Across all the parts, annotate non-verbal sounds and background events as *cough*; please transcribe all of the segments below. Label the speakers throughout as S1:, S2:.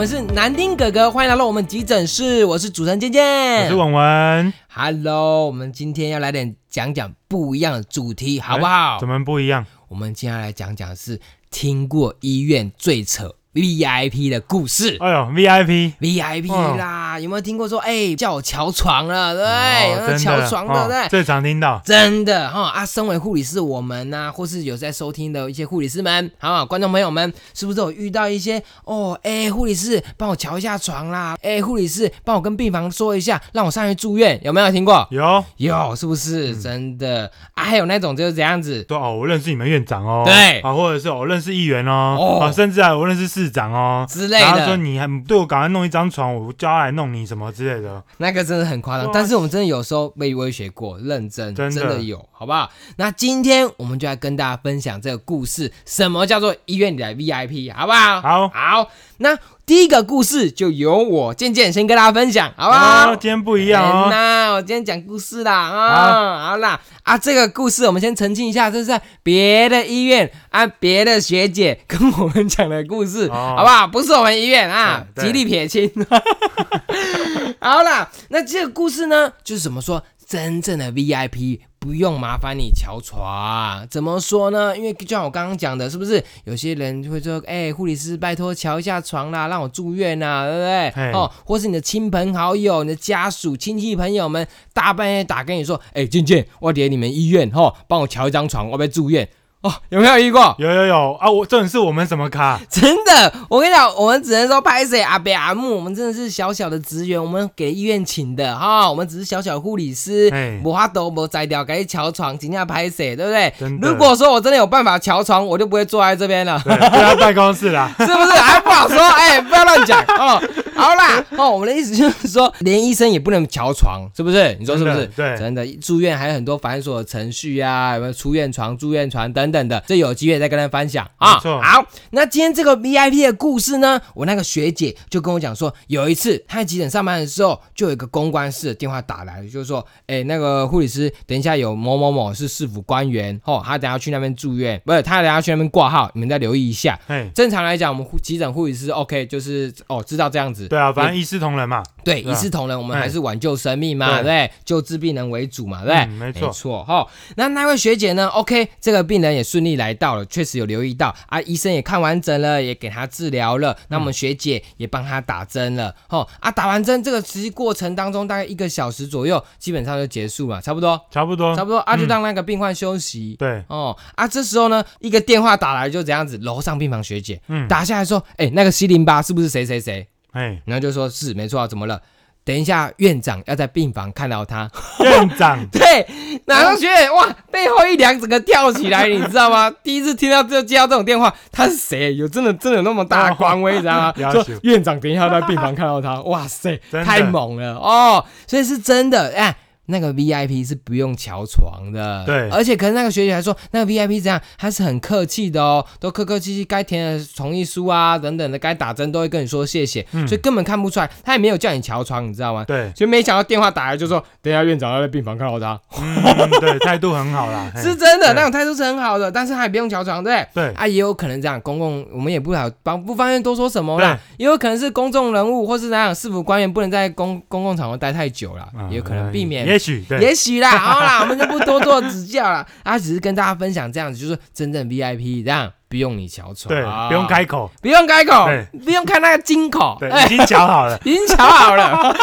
S1: 们是南丁哥哥，欢迎来到我们急诊室，我是主持人健
S2: 我
S1: 健
S2: 是。文文，
S1: Hello，我们今天要来点讲讲不一样的主题，好不好？
S2: 哎怎么不一样？
S1: 我们今天要来讲讲是听过医院最扯 VIP 的故事。
S2: 哎呦，VIP，
S1: VIP
S2: 哦
S1: 啦，有没有听过说，哎、叫我乔床了，对不对，
S2: 哦
S1: 有没
S2: 真
S1: 有
S2: 的
S1: 乔床的，
S2: 哦
S1: 对不对，
S2: 最常听到，
S1: 真的哈、啊！身为护理师，我们呐、或是有在收听的一些护理师们，好不好？观众朋友们，是不是有遇到一些哦？哎、护理师帮我瞧一下床啦！哎、护理师帮我跟病房说一下，让我上去住院，有没有听过？
S2: 有
S1: 有，是不是、
S2: 嗯
S1: 真的啊？还有那种就是这样子，
S2: 说哦，我认识你们院长哦，
S1: 对
S2: 啊，或者是哦我认识议员哦，
S1: 哦
S2: 啊，甚至啊，我认识市长哦
S1: 之类的
S2: 然后说你还对我赶快弄一张床，我叫他来弄你什么之类的，
S1: 那个真的很夸张
S2: 哇，
S1: 但是我们真的有时候被威胁过，认真
S2: 真的
S1: 有，好不好？那今天我们就来跟大家分享这个故事，什么叫做医院里的 VIP，好不好？
S2: 好
S1: 好，那第一个故事就由我渐渐先跟大家分享，好不哎好？
S2: 哦今天不
S1: 一
S2: 一样哦，
S1: 那我今天讲故事啦啊、好啦啊，这个故事我们先澄清一下，这是在别的医院啊，别的学姐跟我们讲的故事，
S2: 哦嗯
S1: 好不好？不是我们医院啊，
S2: 对对
S1: 极力撇清。 *laughs* 好啦，那这个故事呢，就是怎么说，真正的 VIP 不用麻烦你瞧床，怎么说呢？因为就像我刚刚讲的，是不是有些人就会说，哎、护理师，拜托瞧一下床啦，让我住院啦，对不对？
S2: 嘿
S1: 哦，或是你的亲朋好友、你的家属、亲戚朋友们，大半夜打给你说，哎、健健，我得你们医院吼，帮我瞧一张床，我要被住院哦，有没有遇过？
S2: 有有有啊，我这种是我们什么卡？
S1: *laughs* 真的，我跟你讲，我们只能说拍谁阿北阿木，我们真的是小小的职员，我们给医院请的哈、我们只是小小护理师
S2: 哎，
S1: 我法都没摘掉，该敲床，请假拍谁，对不对？
S2: 真的
S1: 如果说我真的有办法敲床，我就不会坐在这边
S2: *laughs*
S1: 了。，
S2: 对，对他办公室啦
S1: 是不是？还不好说，哎、不要乱讲哦。好啦，哦，我们的意思就是说，连医生也不能瞧床，是不 *laughs* 是？你说是不是？
S2: 真的对
S1: 真的住院还有很多繁琐的程序啊，有没有出院床、住院床等等的，这有机会再跟他分享啊。
S2: 没错
S1: 好，那今天这个 VIP 的故事呢，我那个学姐就跟我讲说，有一次她在急诊上班的时候，就有一个公关室的电话打来，就是说，哎、那个护理师，等一下有某某某是市府官员，哦，他等下去那边住院，不是他等下去那边挂号，你们再留意一下。
S2: 嘿，
S1: 正常来讲，我们护急诊护理师 OK，就是哦，知道这样子。
S2: 对啊，反正一视同仁嘛，
S1: 对，
S2: 对
S1: 一
S2: 啊
S1: 视同仁，我们
S2: 哎
S1: 还是挽救生命嘛，对
S2: 对
S1: 不对？救治病人为主嘛，对不对？
S2: 嗯没
S1: 没
S2: 错
S1: 错哈。那那位学姐呢？OK，这个病人也顺利来到了，确实有留意到啊，医生也看完整了，也给他治疗了。那我们学姐也帮他打针了，哈啊，打完针这个实际过程当中大概一个小时左右，基本上就结束了，差不多，
S2: 差不多
S1: 差，不多啊，就
S2: 嗯
S1: 让那个病患休息。
S2: 对，
S1: 哦啊，这时候呢，一个电话打来就这样子，楼上病房学姐，
S2: 嗯哎
S1: 打下来说，哎、那个 C 零八是不是谁谁谁？
S2: 嘿，
S1: 然后就说是没错啊，怎么了？等一下，院长要在病房看到他。，
S2: *laughs* 院长
S1: 对，然后学姐哇，背后一凉，整个跳起来，你知道吗？ *laughs* 第一次听到这接到这种电话，他是谁？有真的真的有那么大的官威，你知道
S2: *laughs*
S1: 吗？
S2: 要
S1: 说
S2: 求
S1: 院长等一下要在病房看到
S2: *laughs*
S1: 他，哇塞，
S2: 真的
S1: 太猛了哦！所以是真的哎。那个 VIP 是不用瞧床的，
S2: 对
S1: 而且可是那个学姐还说，那个 VIP 怎样，他是很客气的哦，都客客气气，该填的同意书啊等等的，该打针都会跟你说谢谢，
S2: 嗯
S1: 所以根本看不出来，他也没有叫你瞧床，你知道吗？
S2: 对，
S1: 所以没想到电话打来就说，等一下院长要在病房看到他，
S2: 嗯，对，态度很
S1: *laughs*
S2: 好啦，嘿
S1: 是真的，
S2: 哎对
S1: 那种态度是很好的，但是他也不用乔床，对不对。
S2: 对，
S1: 啊，也有可能这样，公共我们也不好帮不方便多说什么啦，也有可能是公众人物或是那样市府官员不能在公公共场合待太久啦，
S2: 嗯
S1: 也有可能避免
S2: 也许对，
S1: 也许啦，好啦，我们就不多做指教啦。 *laughs* 啊，只是跟大家分享这样子，就是真正 VIP 这样，不用你瞧床，
S2: 对，不用，开口，
S1: 不用开口
S2: 对，
S1: 不用看那个金口，
S2: 对，
S1: 哎。
S2: 已经瞧好了
S1: 已经瞧好了。 *laughs*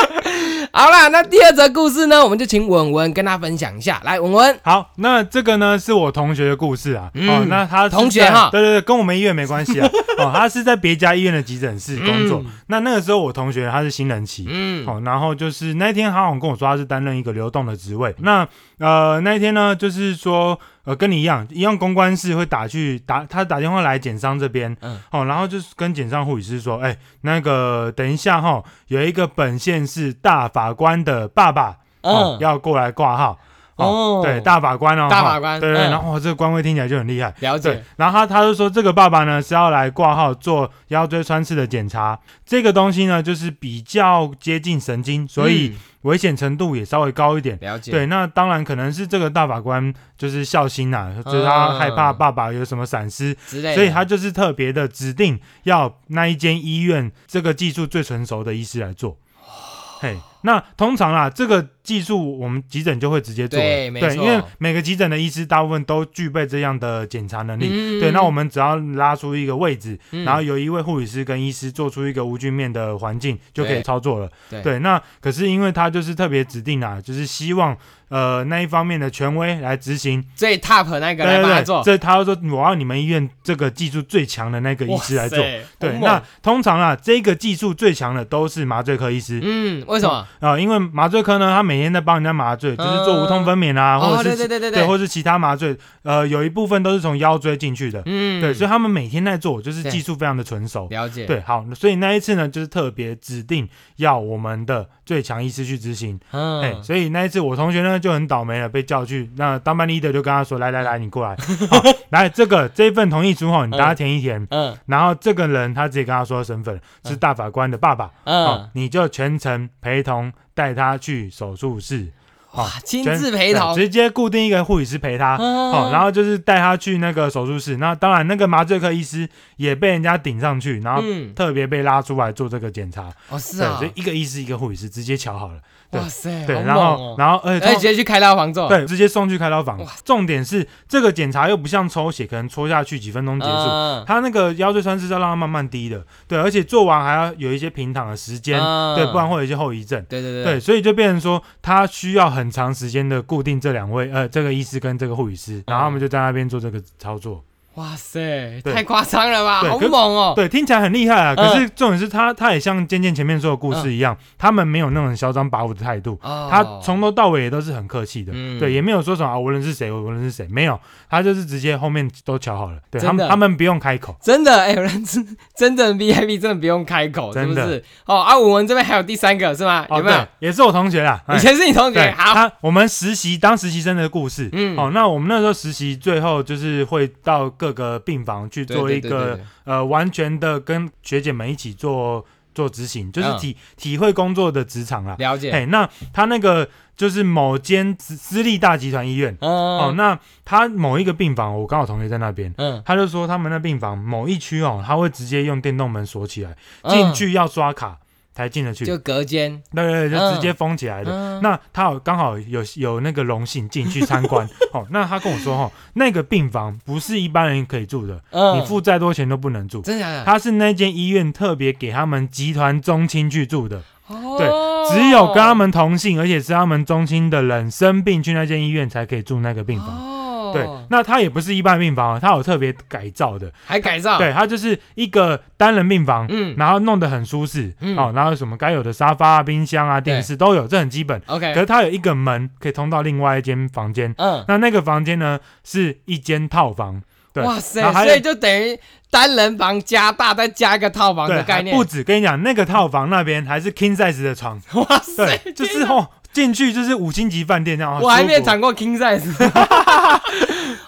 S1: 好啦，那第二则故事呢，我们就请文文跟他分享一下。来，文文，
S2: 好，那这个呢是我同学的故事啊。
S1: 嗯
S2: 哦，那他是在
S1: 同学哈
S2: 对对对，跟我们医院没关系啊。哦，他是在别家医院的急诊室工作。
S1: *laughs* 嗯
S2: 那那个时候我同学他是新人期。
S1: 嗯，
S2: 哦，然后就是那一天，他好像跟我说他是担任一个流动的职位。那呃，那一天呢，就是说呃，跟你一样，一样公关室会打去打，他打电话来简商这边，
S1: 嗯
S2: 嗯，哦，然后就是跟简商护理师说，哎、那个等一下哈、有一个本县市大法官的爸爸，哦，
S1: 嗯，
S2: 要过来挂号。
S1: 哦
S2: 对，大法官哦，
S1: 大法
S2: 哦
S1: 官
S2: 对对，
S1: 嗯
S2: 然后哇这个官位听起来就很厉害。
S1: 了
S2: 对
S1: 解，，
S2: 然后他他就说这个爸爸呢是要来挂号做腰椎穿刺的检查，这个东西呢就是比较接近神经，所以
S1: 嗯
S2: 危险程度也稍微高一点。
S1: 了解，
S2: 对，那当然可能是这个大法官就是孝心呐、
S1: 啊
S2: 就是他害怕爸爸有什么闪失，
S1: 之类的，
S2: 所以他就是特别的指定要那一间医院这个技术最成熟的医师来做。
S1: 哦
S2: 嘿，那通常啦，这个技术我们急诊就会直接做了，
S1: 对没错
S2: 因为每个急诊的医师大部分都具备这样的检查能力。
S1: 嗯
S2: 对，那我们只要拉出一个位置，
S1: 嗯
S2: 然后由一位护理师跟医师做出一个无菌面的环境，就可以
S1: 对
S2: 操作了。
S1: 对
S2: 那可是因为他就是特别指定啊，就是希望呃那一方面的权威来执行，
S1: 最 top 那个
S2: 对
S1: 来帮
S2: 对
S1: 他
S2: 对，
S1: 做，
S2: 这他说我要你们医院这个技术最强的那个医师来做
S1: 哇。塞
S2: 对，
S1: 好猛
S2: 那通常啊，这个技术最强的都是麻醉科医师
S1: 嗯，为什么？
S2: 啊、因为麻醉科呢，他每天在帮人家麻醉，就是做无痛分娩啊，或
S1: 哦，
S2: 者
S1: 对
S2: 是
S1: 对
S2: 其
S1: 对对
S2: 或是其他麻醉，呃，有一部分都是从腰椎进去的，
S1: 嗯，
S2: 对，所以他们每天在做，就是
S1: 对
S2: 技术非常的成熟。
S1: 了解，
S2: 对，好，所以那一次呢，就是特别指定要我们的最强医师去执行。
S1: 嗯，
S2: 哎、所以那一次我同学呢就很倒霉了，被叫去。那当班 leader 就跟
S1: *laughs*
S2: 他说：“来来来，你过来，好，来这个这一份同意书哈，你大家填一填。
S1: 嗯
S2: 然后这个人他直接跟他说身份是大法官的爸爸，好
S1: 嗯，
S2: 你就全程陪同带他去手术室，
S1: 哇，亲
S2: 全
S1: 自陪同
S2: 对，直接固定一个护理师陪他。
S1: 哦
S2: 哦，然后就是带他去那个手术室，那当然那个麻醉科医师也被人家顶上去，然后
S1: 嗯，
S2: 特别被拉出来做这个检查，
S1: 哦是
S2: 对，
S1: 啊
S2: 所，以一个医师一个护理师直接瞧好了，对
S1: 哇塞，
S2: 对，
S1: 好
S2: 然
S1: 猛
S2: 后
S1: 哦
S2: 然后而且
S1: 哎，
S2: 通
S1: 直接去开刀房做，
S2: 对，直接送去开刀房
S1: 哇。
S2: 重点是这个检查又不像抽血，可能戳下去几分钟结束。
S1: 嗯，
S2: 他那个腰椎穿刺是要让它慢慢滴的，对，而且做完还要有一些平躺的时间，
S1: 嗯
S2: 对，不然会有一些后遗症。
S1: 对对
S2: 对，所以就变成说，他需要很长时间的固定这两位，呃，这个医师跟这个护理师，然后
S1: 嗯
S2: 他们就在那边做这个操作。
S1: 哇塞，
S2: 对
S1: 太夸张了吧，
S2: 对
S1: 好
S2: 可
S1: 猛哦！
S2: 对，听起来很厉害啊，
S1: 嗯
S2: 可是重点是他，他也像渐渐前面说的故事一样，他们没有那种嚣张跋扈的态度，
S1: 哦，
S2: 他从头到尾也都是很客气的，
S1: 嗯
S2: 对，也没有说什么啊，无论是谁，无论是谁，没有，他就是直接后面都瞧好了，对
S1: 真
S2: 他们，
S1: 的
S2: 他们不用开口，
S1: 真的哎，有人真 *laughs* 真正 VIP 真的不用开口，是
S2: 真
S1: 不
S2: 的
S1: 是？哦啊，我们这边还有第三个是吗？
S2: 哦
S1: 有没有
S2: 对？也是我同学
S1: *laughs*
S2: 啦，哎
S1: 以前是你同学，好，
S2: 他我们实习当实习生的故事，
S1: 嗯
S2: 哦，那我们那时候实习最后就是会到各个病房去
S1: 对
S2: 做一
S1: 对
S2: 个
S1: 对对对
S2: 呃完全的跟学姐们一起做做执行，就是
S1: 嗯
S2: 体、体会工作的职场啦。
S1: 了解，
S2: 哎，那他那个就是某间私私立大集团医院，
S1: 嗯，
S2: 哦，
S1: 哦，
S2: 那他某一个病房，我刚好同学在那边。
S1: 嗯，
S2: 他就说他们那病房某一区哦，他会直接用电动门锁起来，
S1: 嗯
S2: 进去要刷卡才进得去，
S1: 就隔间，
S2: 对对对，就直接
S1: 嗯
S2: 封起来的。
S1: 嗯
S2: 那他有刚好有有那个荣幸进去参
S1: *laughs*
S2: 观，哦，那他跟我说，哦，那个病房不是一般人可以住的，
S1: 嗯
S2: 你付再多钱都不能住。
S1: 真的假的？
S2: 他是那间医院特别给他们集团中心去住的，
S1: 哦
S2: 只有跟他们同姓，而且是他们中心的人生病去那间医院才可以住那个病房。
S1: 哦，
S2: 对，那他也不是一般病房，他有特别改造的，
S1: 还改造，，
S2: 对，他就是一个单人病房，
S1: 嗯
S2: 然后弄得很舒适，
S1: 嗯
S2: 哦，然后什么该有的沙发啊、冰箱啊、电视都有，这很基本。可
S1: ，OK，
S2: 是它有一个门可以通到另外一间房间，
S1: 嗯，
S2: 那那个房间呢是一间套房，对
S1: 哇塞
S2: 然后，还有
S1: 所以就等于单人房加大再加一个套房
S2: 对，
S1: 的
S2: 还
S1: 概念
S2: 不，止。跟你讲，那个套房那边还是 king size
S1: *laughs*
S2: 的床，
S1: 哇塞，
S2: 对，就是哦，进去就是五星级饭店这样。哦
S1: 啊我还没有
S2: 舒服
S1: 尝过 king
S2: *laughs*
S1: size，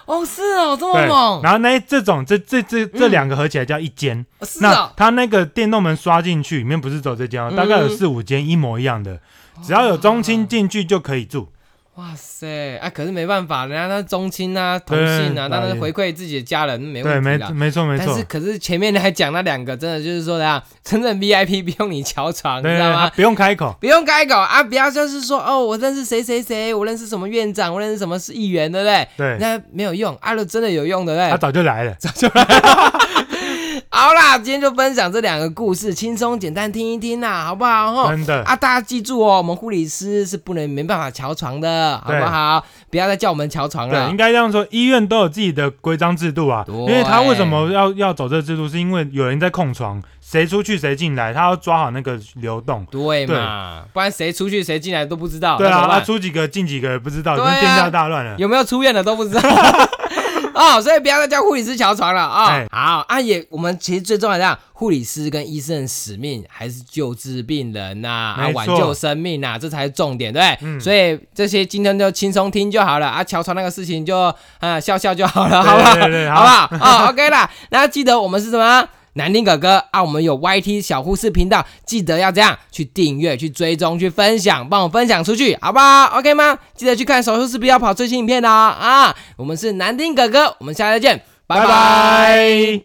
S1: 哦，是哦，这么
S2: 对，
S1: 猛，嗯
S2: 然后那这种这这这这两个合起来叫一间，
S1: 是
S2: 那
S1: 啊，
S2: 它那个电动门刷进去，里面不是走这间哦，
S1: 嗯哦
S2: 大概有四五间一模一样的，只要有中青进去就可以住。
S1: 哇塞，啊，可是没办法，人家那宗亲啊、同
S2: 对
S1: 性啊，
S2: 对
S1: 当然回馈自己的家人没
S2: 对，
S1: 问
S2: 没
S1: 题啦。
S2: 没错没
S1: 但
S2: 错
S1: 是，，可是前面还讲那两个，真的就是说的呀， *laughs* 真正 VIP 不用你敲床，你
S2: 对，
S1: 知道
S2: 对
S1: 吗？
S2: 不用开口，
S1: 不用开口啊，不要就是说哦，我认识谁谁谁，我认识什么院长，我认识什么市议员，对不对？
S2: 对，
S1: 那没有用，阿、啊、乐真的有用，对不对
S2: 他？早就来了。
S1: 好啦，今天就分享这两个故事，轻松简单听一听啦，好不好？哈，
S2: 真 *laughs* 的
S1: 啊，大家记住哦，我们护理师是不能没办法翘床的，好不好？不要再叫我们翘床
S2: 对，
S1: 了
S2: 应。该这样说，医院都有自己的规章制度啊。
S1: 啊对
S2: 因为他为什么要要走这个制度，是因为有人在控床，谁出去谁进来，他要抓好那个流动。
S1: 对嘛，不然谁出去谁进来都不知道。
S2: 对
S1: 那
S2: 啊，
S1: 怎么办
S2: 他出几个进几个也不知道，已
S1: 对
S2: 经
S1: 啊
S2: 天下大乱了。 *laughs*
S1: 有没有出院的都不知道。哦，所以不要再叫护理师乔床了啊、
S2: 哎
S1: 好啊也，我们其实最重要的啊，护理师跟医生的使命还是救治病人呐、啊，
S2: 没错
S1: 挽救生命啊呐、这才是重点，对不对？
S2: 嗯
S1: 所以这些今天就轻松听就好了啊，乔床那个事情就啊、笑笑就好了，好不好？
S2: 对对对
S1: 好不好？啊、o k 啦，那记得我们是什么？南丁哥哥啊，我们有 YT 小护士频道，记得要这样去订阅、去追踪、去分享，帮我分享出去，好不好？OK 吗？记得去看手术是不要跑最新影片的哦啊！我们是南丁哥哥，我们下次再见，拜拜
S2: 拜拜